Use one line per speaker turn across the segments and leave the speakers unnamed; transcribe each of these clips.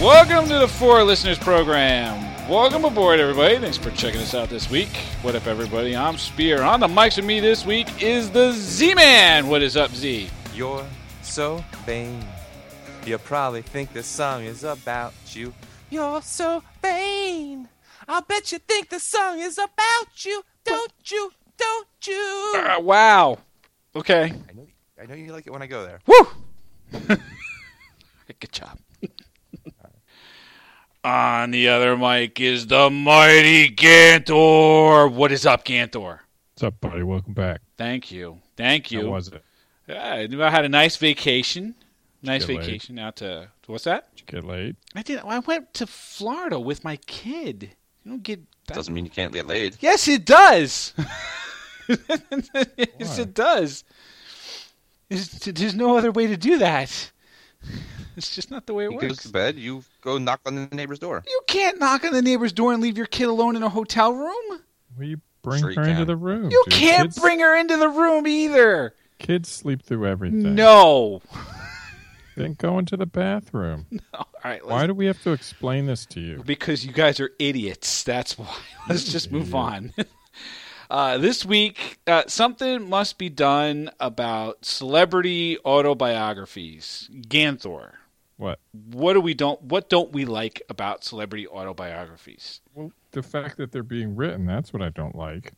Welcome to the Four Listeners Program. Welcome aboard, everybody. Thanks for checking us out this week. What up, everybody? I'm Spear. On the mics with me this week is the Z Man. What is up, Z?
You're so vain. You probably think this song is about you. You're so vain. I'll bet you think the song is about you. Don't you? Don't you?
Uh, wow. Okay.
I know, I know you like it when I go there.
Woo! Good job. On the other mic is the mighty Gantor. What is up, Gantor?
What's up, buddy? Welcome back.
Thank you. Thank
How
you.
was it?
Yeah, I knew I had a nice vacation. Nice
get laid?
vacation out to, to what's that?
Did you get laid?
I did. I went to Florida with my kid. You don't get. That.
Doesn't mean you can't get laid.
Yes, it does. yes,
Why?
it does. There's, there's no other way to do that. It's just not the way it
He
works.
goes to bed, you go knock on the neighbor's door.
You can't knock on the neighbor's door and leave your kid alone in a hotel room.
Will you bring
Sure you
her into
can.
the room?
You
dude?
can't
Kids-
bring her into the room either.
Kids sleep through everything.
No.
Then go into the bathroom.
All right.
Why
Let's,
do we have to explain this to you?
because you guys are idiots. That's why. Let's just move on. Uh, this week, uh, something must be done about celebrity autobiographies. Ganthor,
What?
what do we don't what don't we like about celebrity autobiographies?
Well, the fact that they're being written, that's what I don't like.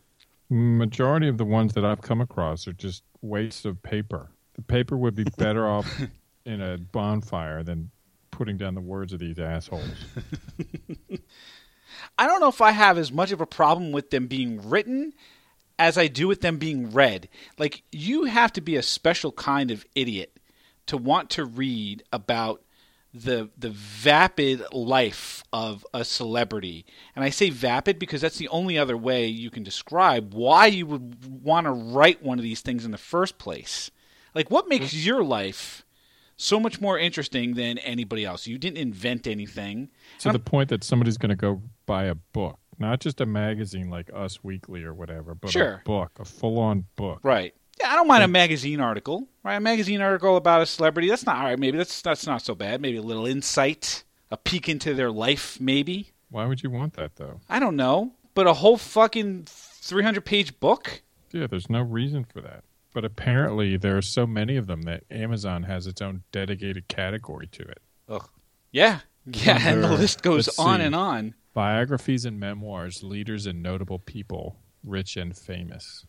Majority of the ones that I've come across are just wastes of paper. The paper would be better off in a bonfire than putting down the words of these assholes.
I don't know if I have as much of a problem with them being written as I do with them being read. Like you have to be a special kind of idiot to want to read about the the vapid life of a celebrity. And I say vapid because that's the only other way you can describe why you would want to write one of these things in the first place. Like what makes your life so much more interesting than anybody else? You didn't invent anything.
to the point that somebody's going to go buy a book, not just a magazine like Us Weekly or whatever, but
Sure.
a book, a full-on book.
Right. Yeah, I don't mind a magazine article. Right, a magazine article about a celebrity. That's not all right. Maybe that's that's not so bad. Maybe a little insight, a peek into their life. Maybe
Why would you want that though?
I don't know. But a whole fucking three hundred page book.
Yeah, there's no reason for that. But apparently, there are so many of them that Amazon has its own dedicated category to it.
Yeah, yeah. And the
Under-
list goes
let's
on
see.
and on.
Biographies and memoirs, leaders and notable people, rich and famous.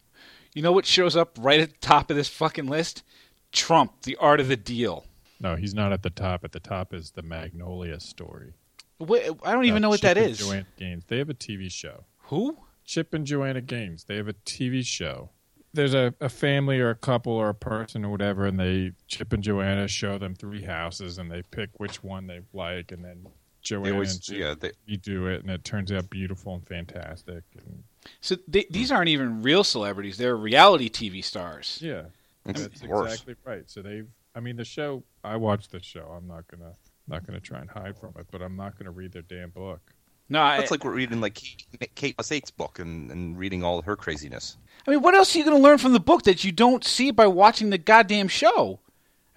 You know what shows up right at the top of this fucking list? Trump, the art of the deal.
No, he's not at the top. At the top is the Magnolia story.
Wait, I don't even know what that is.
Joanne Gaines. They have a TV show.
Who?
Chip and Joanna Gaines. They have a TV show. There's a, a family or a couple or a person or whatever, and they Chip and Joanna show them three houses, and they pick which one they like, and then
They
Joanna
always,
and Chip
yeah, they,
redo it, and it turns out beautiful and fantastic. And
So they, these aren't even real celebrities. They're reality TV stars.
yeah,
it's
that's
worse.
exactly right. So they've, I mean, the show. I watched the show. I'm not gonna not gonna try and hide from it, but I'm not gonna read their damn book.
No, I,
That's like we're reading like Kate- Kate Mosaik's book and, and reading all her craziness.
I mean, what else are you going to learn from the book that you don't see by watching the goddamn show?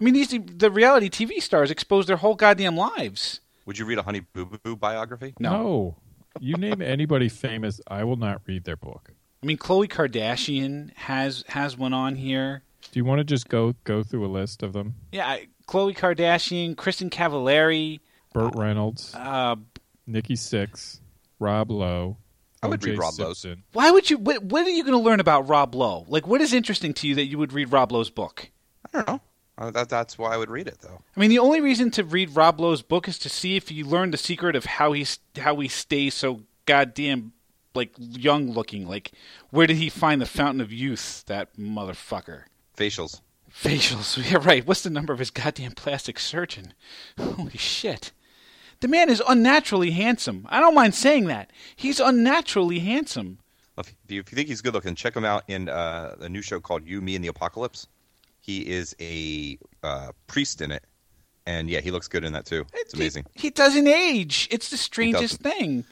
I mean, these the reality TV stars expose their whole goddamn lives.
Would you read a Honey Boo Boo Boo biography?
No.
you name anybody famous, I will not read their book.
I mean, Khloe Kardashian has has one on here.
Do you want to just go go through a list of them?
Yeah, I, Khloe Kardashian, Kristen Cavallari,
Burt Reynolds,
uh,
Nikki Six, Rob Lowe.
I would
O.J.
read Rob Lowe's.
Simpson.
why would you what, what are you going to learn about Rob Lowe? Like what is interesting to you that you would read Rob Lowe's book?
I don't know. Uh, that, that's why I would read it though.
I mean, the only reason to read Rob Lowe's book is to see if you learn the secret of how he how he stays so goddamn like young looking. Like, where did he find the fountain of youth? That motherfucker.
Facials.
Facials. Yeah, right. What's the number of his goddamn plastic surgeon? Holy shit. The man is unnaturally handsome. I don't mind saying that. He's unnaturally handsome.
If you, if you think he's good looking, check him out in uh, a new show called You, Me, and the Apocalypse. He is a uh, priest in it, and yeah, he looks good in that too. It's
He-
amazing.
He, doesn't age. It's the strangest thing.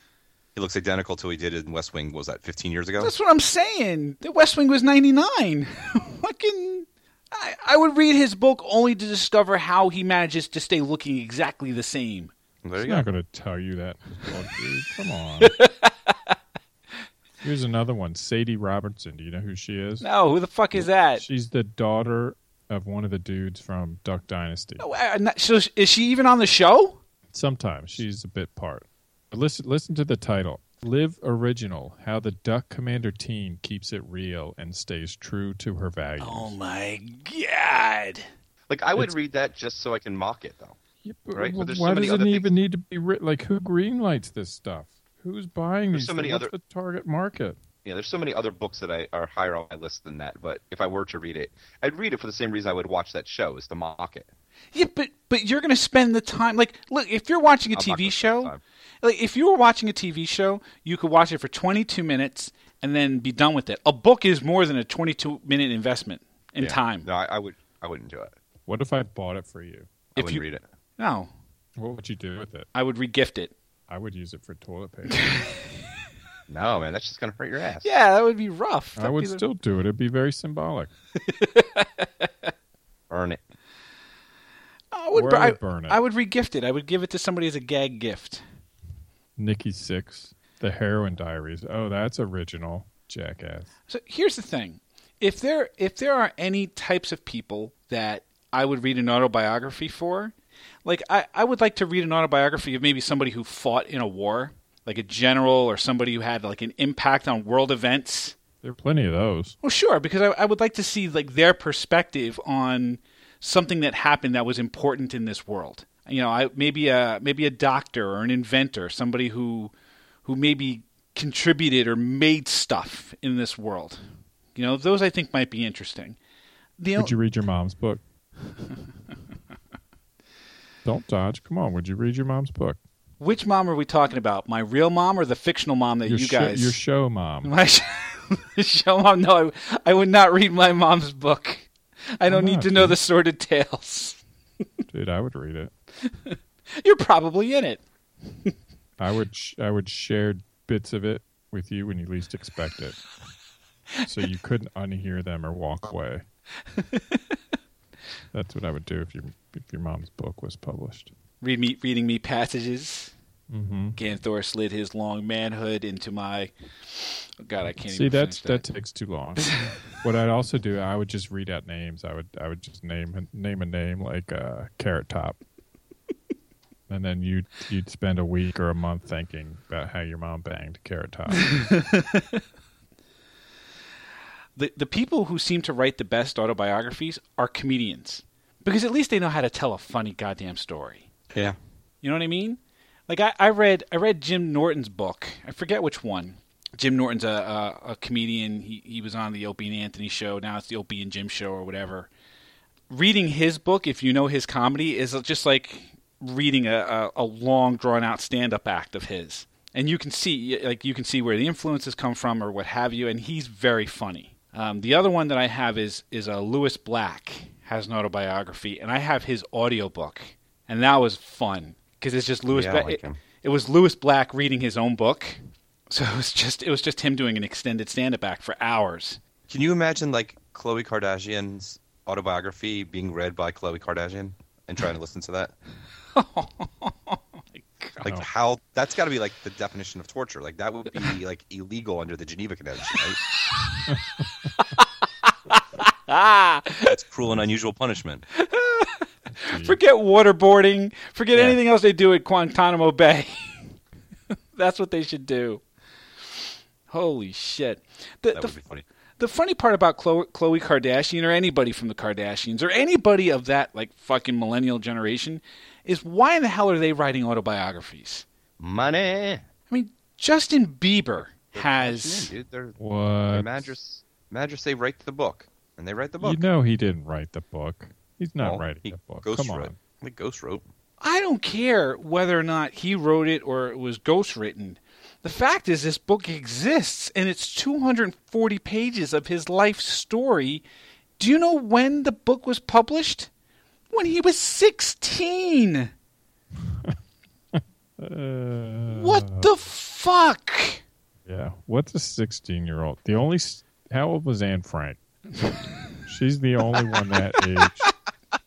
He looks identical to what he did in West Wing. what was that 15 years ago?
That's what I'm saying. The West Wing was 99. Fucking. I, I would read his book only to discover how he manages to stay looking exactly the same.
There
He's
you go.
not going to tell you that. Oh, dude, come on. Here's another one. Sadie Robertson. Do you know who she is?
No, who the fuck is that?
She's the daughter of one of the dudes from Duck Dynasty.
Oh, I- I'm not- so is she even on the show?
Sometimes she's a bit part. But listen, listen to the title. Live original. How the Duck Commander teen keeps it real and stays true to her values.
Oh my god!
Like I would
It's-
read that just so I can mock it though.
Yeah, but
Right, but there's
why
so many
does it
other
even need to be written? Like, who greenlights this stuff? Who's buying
There's
these?
so many
things? What's
other-
the target market?
Yeah, there's so many other books that I are higher on my list than that. But if I were to read it, I'd read it for the same reason I would watch that show is to mock it.
Yeah, but but you're gonna spend the time like look if you're watching a
I'm not gonna spend
TV
Oh.
the
show,
time.
like if you were watching a TV show, you could watch it for 22 minutes and then be done with it. A book is more than a 22 minute investment in
Yeah.
time.
No, I, I would. I wouldn't do it.
What if I bought it for you?
I
If
wouldn't
you-
read it.
No,
What would you do with it?
I would regift it.
I would use it for toilet paper.
No, man, that's just gonna hurt your ass.
Yeah, that would be rough.
I
That'd
would
be the-
still do it. It'd be very symbolic.
Earn it.
I would,
Or
bur-
I
I,
would burn it.
I would regift it. I would give it to somebody as a gag gift.
Nikki Six, The Heroin Diaries. Oh, that's original. Jackass.
So here's the thing: if there if there are any types of people that I would read an autobiography for, like I, I would like to read an autobiography of maybe somebody who fought in a war, like a general or somebody who had like an impact on world events.
There are plenty of those.
Well, sure, because I, I would like to see like their perspective on something that happened that was important in this world. You know, I, maybe a maybe a doctor or an inventor, somebody who who maybe contributed or made stuff in this world. You know, those I think might be interesting. The
Would you read your mom's book? Don't dodge. Come on. Would you read your mom's book?
which mom are we talking about? My real mom or the fictional mom
Uh,
that
Your
you
sho-
guys?
your show mom.
My sh- show mom? No, I, I would not read my mom's book. I don't need
not,
to know
dude?
the sordid tales.
Dude, I would read it.
You're probably in it.
I would sh- I would share bits of it with you when you least expect it, so you couldn't unhear them or walk away. That's what I would do if your if your mom's book was published.
read me reading me passages.
Mm-hmm.
Ganthor slid his long manhood into my. Oh God, I can't.
See,
even
that's
finish
that takes too long. what I'd also do, I would just read out names. I would I would just name name a name like uh, Carrot Top, and then you you'd spend a week or a month thinking about how your mom banged Carrot Top.
The the people who seem to write the best autobiographies are comedians, because at least they know how to tell a funny goddamn story.
Yeah.
You know what I mean? Like I, I read I read Jim Norton's book. I forget which one. Jim Norton's a, a, a comedian. He he was on the Opie and Anthony show. Now it's the Opie and Jim show or whatever. Reading his book, if you know his comedy, is just like reading a, a, a long drawn out stand up act of his. And you can see like you can see where the influences come from or what have you. And he's very funny. Um, the other one that I have is is a Lewis Black has an autobiography, and I have his audiobook, and that was fun because it's just Lewis.
Yeah, I
Black.
like
it-
him.
it was Lewis Black reading his own book. So it was just it was just him doing an extended stand up act for hours.
Can you imagine like Khloe Kardashian's autobiography being read by Khloe Kardashian and trying to listen to that?
Oh
Like
No.
how that's got to be like the definition of torture. Like that would be like illegal under the Geneva Convention. Right?
Ah,
That's cruel and unusual punishment.
forget waterboarding, forget
Yeah.
anything else they do at Guantanamo Bay. That's what they should do. Holy shit! The,
That
the,
would be funny.
the funny part about Chloe, Khloe Kardashian or anybody from the Kardashians or anybody of that like fucking millennial generation is why in the hell are they writing autobiographies?
Money.
I mean, Justin Bieber has.
Yeah, dude, they're,
What?
they're Madras.
Madras, they write the book, and they write the book.
You know he didn't write the book. He's not
Well,
writing
he
the book.
Ghost
Come
wrote.
on.
They ghost wrote.
I don't care whether or not he wrote it or it was ghostwritten. The fact is, this book exists and it's 240 pages of his life story. Do you know when the book was published? When he was 16.
Uh,
What the fuck?
Yeah. What's a 16 year old? The only. s- How old was Anne Frank? She's the only one that age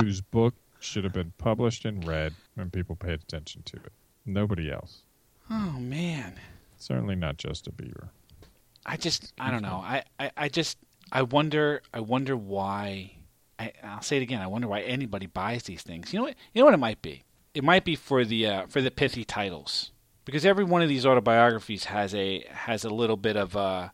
whose book should have been published and read and people paid attention to it. Nobody else.
Oh man,
Certainly not Justin Bieber.
I just I don't know. I, I, I just I wonder I wonder why. I, I'll say it again. I wonder why anybody buys these things. You know what? You know what it might be. It might be for the uh, for the pithy titles because every one of these autobiographies has a has a little bit of a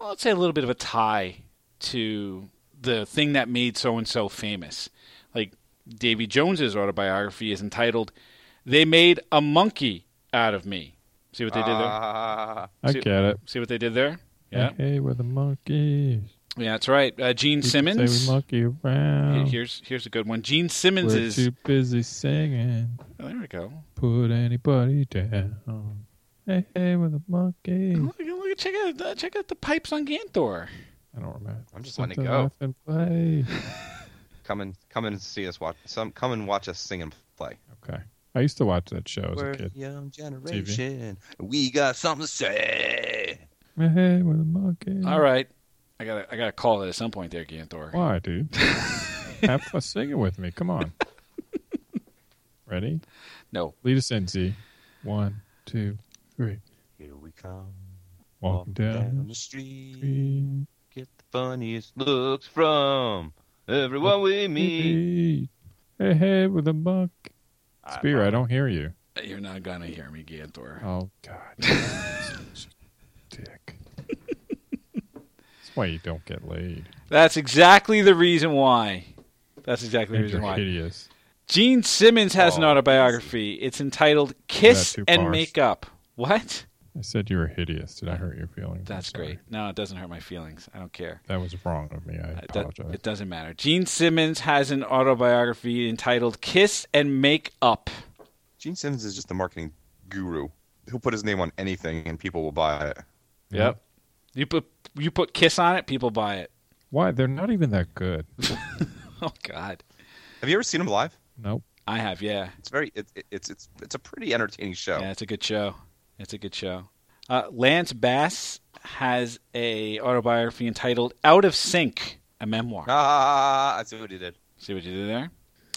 well, let's say a little bit of a tie to the thing that made so and so famous. Like Davy Jones's autobiography is entitled "They Made a Monkey Out of Me." See what they did
Uh,
there?
Ah,
I
See-
get it.
See what they did there? Yeah.
Hey, we're the monkeys.
Yeah, that's right. Uh, Gene
You can
Simmons.
Say we monkey
Here-
around.
Here's here's a good one. Gene Simmons
we're
is.
too busy singing.
Oh, there we go.
Put anybody down. Hey, hey, we're the monkeys.
Look, look, at- check out uh, check out the pipes on Gantor.
I don't remember.
I'm just letting it
Something
go.
left and play.
Come and come and see us watch some. Come and watch us sing and play.
Okay. I used to watch that show as
We're
a kid.
young
generation.
We got something to say.
Hey, hey, we're the monkeys.
All right, I got I got to call it at some point there, Gantor.
Why, dude? Have fun singing with me. Come on. Ready?
No.
Lead us in, Z. One, two, three.
here we come.
Walking down the
street.
street.
Get the funniest looks from everyone we meet.
Hey, hey, with a buck. Spear, I don't hear you.
You're not gonna hear me, Gantor.
Oh, God. Such a Dick. That's why you don't get laid.
That's exactly the reason why. That's exactly the
And
reason
you're
why.
hideous.
Gene Simmons has an
Oh,
autobiography. It's entitled "Kiss
too
and
far.
Make Up." What?
I said you were hideous. Did I hurt your feelings? I'm
That's
sorry.
great. No, it doesn't hurt my feelings. I don't care.
That was wrong of me. I
It do-
apologize.
It doesn't matter. Gene Simmons has an autobiography entitled Kiss and Make Up.
Gene Simmons is just a marketing guru. He'll put his name on anything and people will buy it.
Yep. You put you put Kiss on it, people buy it.
Why? They're not even that good.
Oh God.
Have you ever seen him live?
Nope.
I have, yeah.
It's very it, it- it's it's it's a pretty entertaining show.
Yeah, it's a good show. It's a good show. Uh, Lance Bass has a autobiography entitled Out of Sync, a memoir.
Ah, I see what he did.
See what you did there?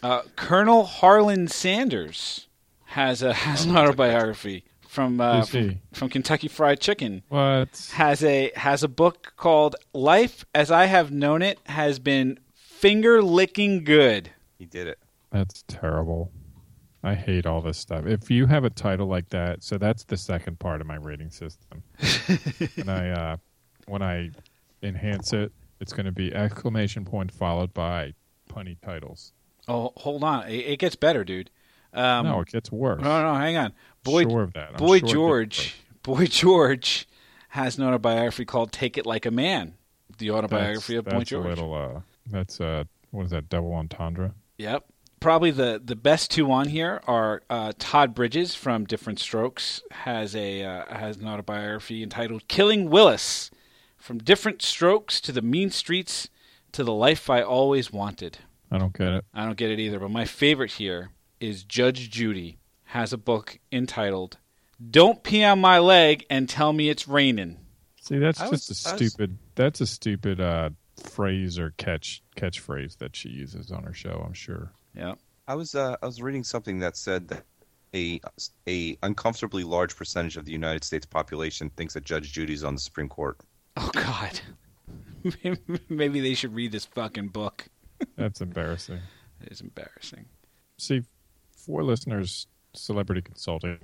Uh, Colonel Harlan Sanders has Oh, a has an autobiography from uh,
Who's
from,
he?
from Kentucky Fried Chicken.
What?
has a has a book called Life as I Have Known It has been finger licking good.
He did it.
That's terrible. I hate all this stuff. If you have a title like that, so that's the second part of my rating system. when I uh, when I enhance it, it's going to be exclamation point followed by punny titles.
Oh, hold on, it, it gets better, dude. Um,
no, it gets worse.
no, no, hang on, boy,
sure of that. I'm
boy
sure it gets
George, boy George has an autobiography called "Take It Like a Man," the
worse.
autobiography
that's,
of Boy
that's
George.
A little, uh, that's uh, what is that? Double entendre.
Yep. Probably the, the best two on here are uh, Todd Bridges from Different Strokes has a uh, has an autobiography entitled "Killing Willis: From Different Strokes to the Mean Streets to the Life I Always Wanted."
I don't get it.
I don't get it either, but my favorite here is Judge Judy has a book entitled "Don't Pee on My Leg and Tell Me It's Raining."
See, that's
I
just
was-
a
I was-
stupid. That's a stupid uh, phrase or catch catchphrase that she uses on her show. I'm sure.
Yep.
I was uh, I was reading something that said that a a uncomfortably large percentage of the United States population thinks that Judge Judy's on the Supreme Court.
Oh God. Maybe they should read this fucking book.
That's embarrassing.
It's embarrassing.
See, for listeners, celebrity consulting,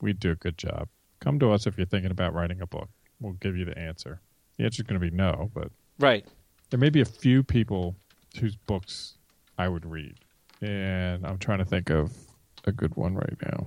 we do a good job. Come to us if you're thinking about writing a book. We'll give you the answer. The answer's going to be no, but
Right.
there may be a few people whose books I would read, and I'm trying to think of a good one right now.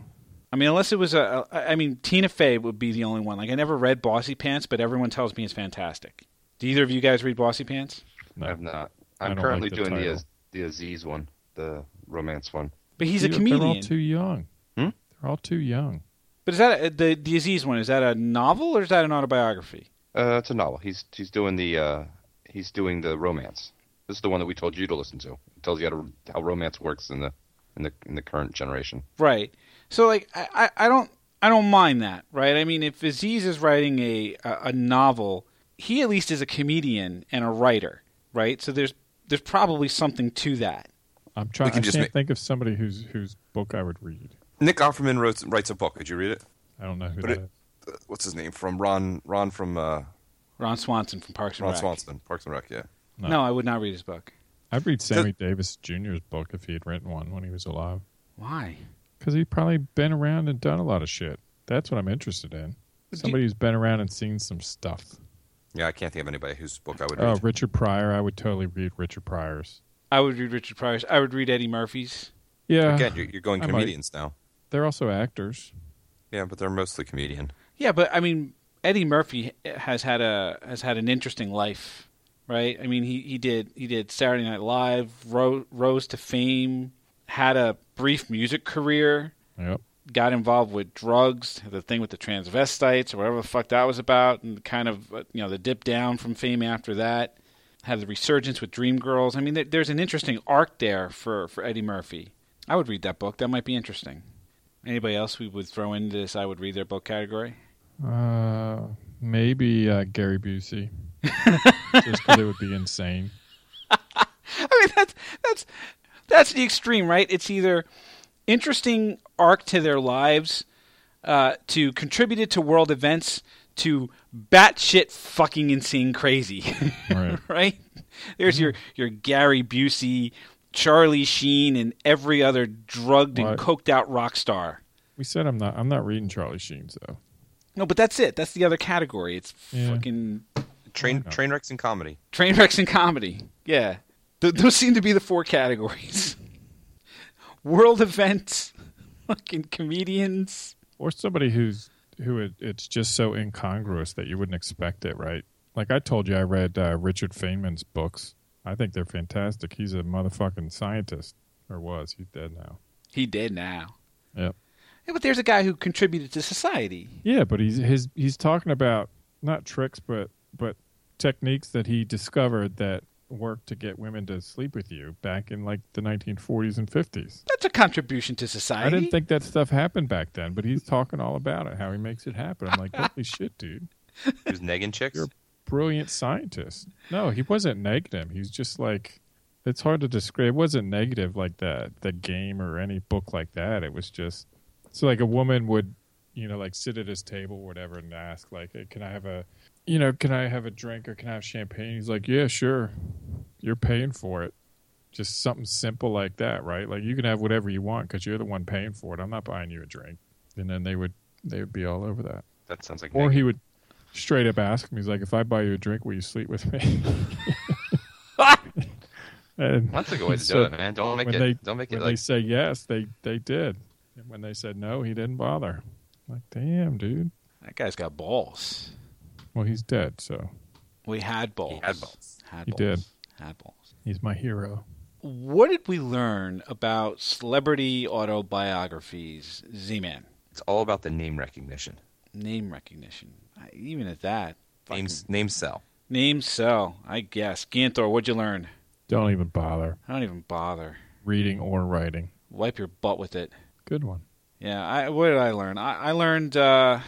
I mean, unless it was a, I I mean, Tina Fey would be the only one. Like, I never read Bossy Pants, but everyone tells me it's fantastic. Do either of you guys read Bossy Pants?
No.
I've not.
I
I'm
don't
currently
like the
doing the
title.
Az- the Aziz one, the romance one.
But he's a
They're-
comedian.
They're all too young.
Hmm?
They're all too young.
but is that a, the the Aziz one? Is that a novel or is that an autobiography?
Uh, it's a novel. He's he's doing the uh, he's doing the romance. This is the one that we told you to listen to. It tells you how, to, how romance works in the in the in the current generation.
Right. So, like, I, I, I don't I don't mind that. Right. I mean, if Aziz is writing a, a a novel, he at least is a comedian and a writer. Right. So there's there's probably something to that.
I'm trying. I
We can
can't
just make-
think of somebody whose whose book I would read.
Nick Offerman wrote, writes a book. Did you read it?
I don't know who
But
that is.
it- Uh, What's his name? From Ron Ron from uh,
Ron Swanson from Parks and
Ron
Rec.
Swanson, Parks and Rec. Yeah.
No.
No.
I would not read his book.
I'd read Sammy Davis Jr.'s book if he had written one when he was alive,
Why?
because he'd probably been around and done a lot of shit. That's what I'm interested in. Somebody who's been around and seen some stuff.
Yeah, I can't think of anybody whose book I would
Oh,
read.
Richard Pryor. I would totally read Richard Pryor's.
I would read Richard Pryor's. I would read Eddie Murphy's.
Yeah,
Again, you're, you're going
I might.
comedians now.
they're also actors.
Yeah, but they're mostly comedian.
Yeah, but I mean, Eddie Murphy has had a has had an interesting life, right? I mean, he, he did he did Saturday Night Live, ro- rose to fame, had a brief music career,
Yep.
got involved with drugs, the thing with the transvestites or whatever the fuck that was about, and kind of uh, you know the dip down from fame after that. Had the resurgence with Dreamgirls. I mean, there, there's an interesting arc there for for Eddie Murphy. I would read that book. That might be interesting. Anybody else we would throw into this? I would read their book category.
Uh, maybe uh, Gary Busey. Just 'cause it would be insane.
I mean, that's that's that's the extreme, right? It's either interesting arc to their lives, uh, to contributed to world events, to batshit fucking insane crazy,
Right.
right? There's your
Mm-hmm.
your Gary Busey, Charlie Sheen, and every other drugged and
Right.
coked out rock star.
We said I'm not. I'm not reading Charlie Sheen's though.
No, but that's it. That's the other category. It's
Yeah.
fucking
Train
no.
train wrecks and comedy.
train wrecks and comedy. Yeah, Th- those seem to be the four categories: world events, fucking comedians.
or somebody who's who it, it's just so incongruous that you wouldn't expect it, right? Like I told you, I read uh, Richard Feynman's books. I think they're fantastic. He's a motherfucking scientist, or was he's dead now?
He did now.
Yep.
Yeah, but there's a guy who contributed to society.
Yeah, but he's his he's talking about not tricks, but but techniques that he discovered that worked to get women to sleep with you back in like the 1940s and 50s.
That's a contribution to society.
I didn't think that stuff happened back then, but he's talking all about it, how he makes it happen. I'm like, holy shit, dude.
Who's negging chicks?
You're- brilliant scientist. No, he wasn't negative. He's just like it's hard to describe. It wasn't negative like that. The game or any book like that. It was just so like a woman would, you know, like sit at his table, or whatever, and ask like, hey, "Can I have a, you know, can I have a drink or can I have champagne?" He's like, "Yeah, sure. You're paying for it." Just something simple like that, right? Like you can have whatever you want because you're the one paying for it. I'm not buying you a drink. And then they would they would be all over that.
That sounds like.
Or
negging.
he would straight up ask him, he's like, if I buy you a drink, will you sleep with me? and
That's a good way to
So
do it, man. Don't make
when
it.
they-
don't make it
when they
like.
say yes, they, they did. And when they said no, he didn't bother. Like, damn, dude.
that guy's got balls.
Well, he's dead, so
We had balls.
He had balls.
Had
He
balls.
did.
Had balls.
he's my hero.
What did we learn about celebrity autobiographies? Z-Man,
It's all about the name recognition.
name recognition. I, even at that, fucking-
Names name sell.
Name cell, I guess. Ganthor, what'd you learn?
Don't even bother
I don't even bother.
reading or writing.
Wipe your butt with it.
Good one.
Yeah, I what did I learn? I, I learned uh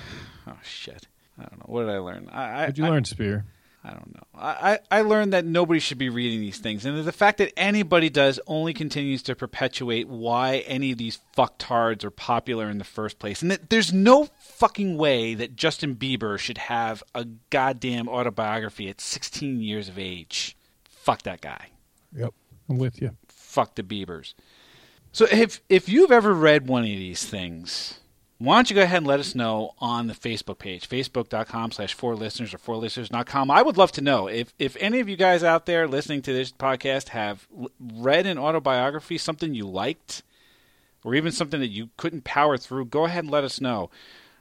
oh shit. I don't know. What did I learn? I, I
What'd you
I,
learn, Spear?
I don't know. I, I, I learned that nobody should be reading these things and the fact that anybody does only continues to perpetuate why any of these fucktards are popular in the first place. And that there's no fucking way that Justin Bieber should have a goddamn autobiography at sixteen years of age. Fuck that guy.
Yep. I'm with you.
fuck the Beavers. So if if you've ever read one of these things, why don't you go ahead and let us know on the Facebook page, facebook.com slash four listeners or four listeners.com. I would love to know if, if any of you guys out there listening to this podcast have l- read an autobiography, something you liked, or even something that you couldn't power through, go ahead and let us know.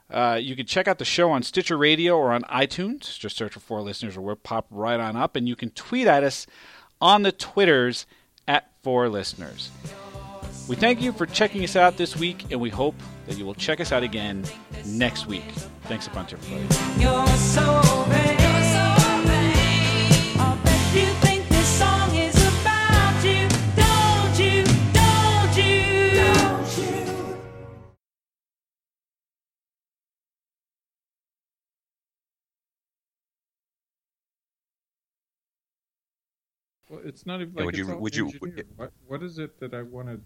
Uh, you can check out the show on Stitcher Radio or on iTunes. Just search for Four Listeners or we'll pop right on up. And you can tweet at us on the Twitters at Four Listeners. We thank you for checking us out this week, and we hope that you will check us out again next week. Thanks a bunch, everybody.
You're so vain. I bet you think this song is about you, don't you? Don't you? Don't you?
Well, it's not even
Yeah,
like
would
it's
you-
all
would you-
engineered. what, what is it that I wanted?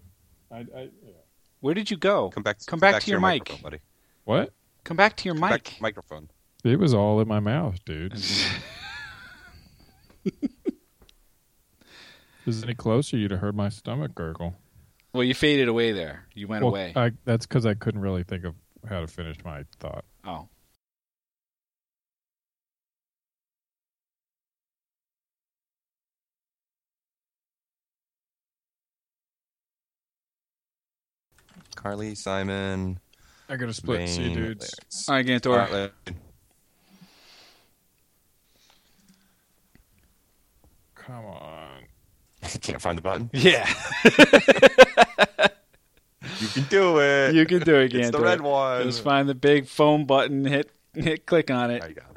I, I yeah.
Where did you go?
Come back.
Come back to your mic.
microphone, buddy.
What?
Come back to your
Come
mic.
back to your microphone.
It was all in my mouth, dude. is it any closer? You'd have heard my stomach gurgle.
Well, you faded away there. You went
Well, uh,
away.
I, that's because I couldn't really think of how to finish my thought.
oh.
Carly, Simon.
I got a split sea,
Vane,
dudes.
All right,
All
Gantor.
right, Larry.
Come on.
Can't find the button.
yeah.
You can do it.
you can do it, Gantor.
it's the red one.
Just find the big phone button, hit, hit click on it.
I got it.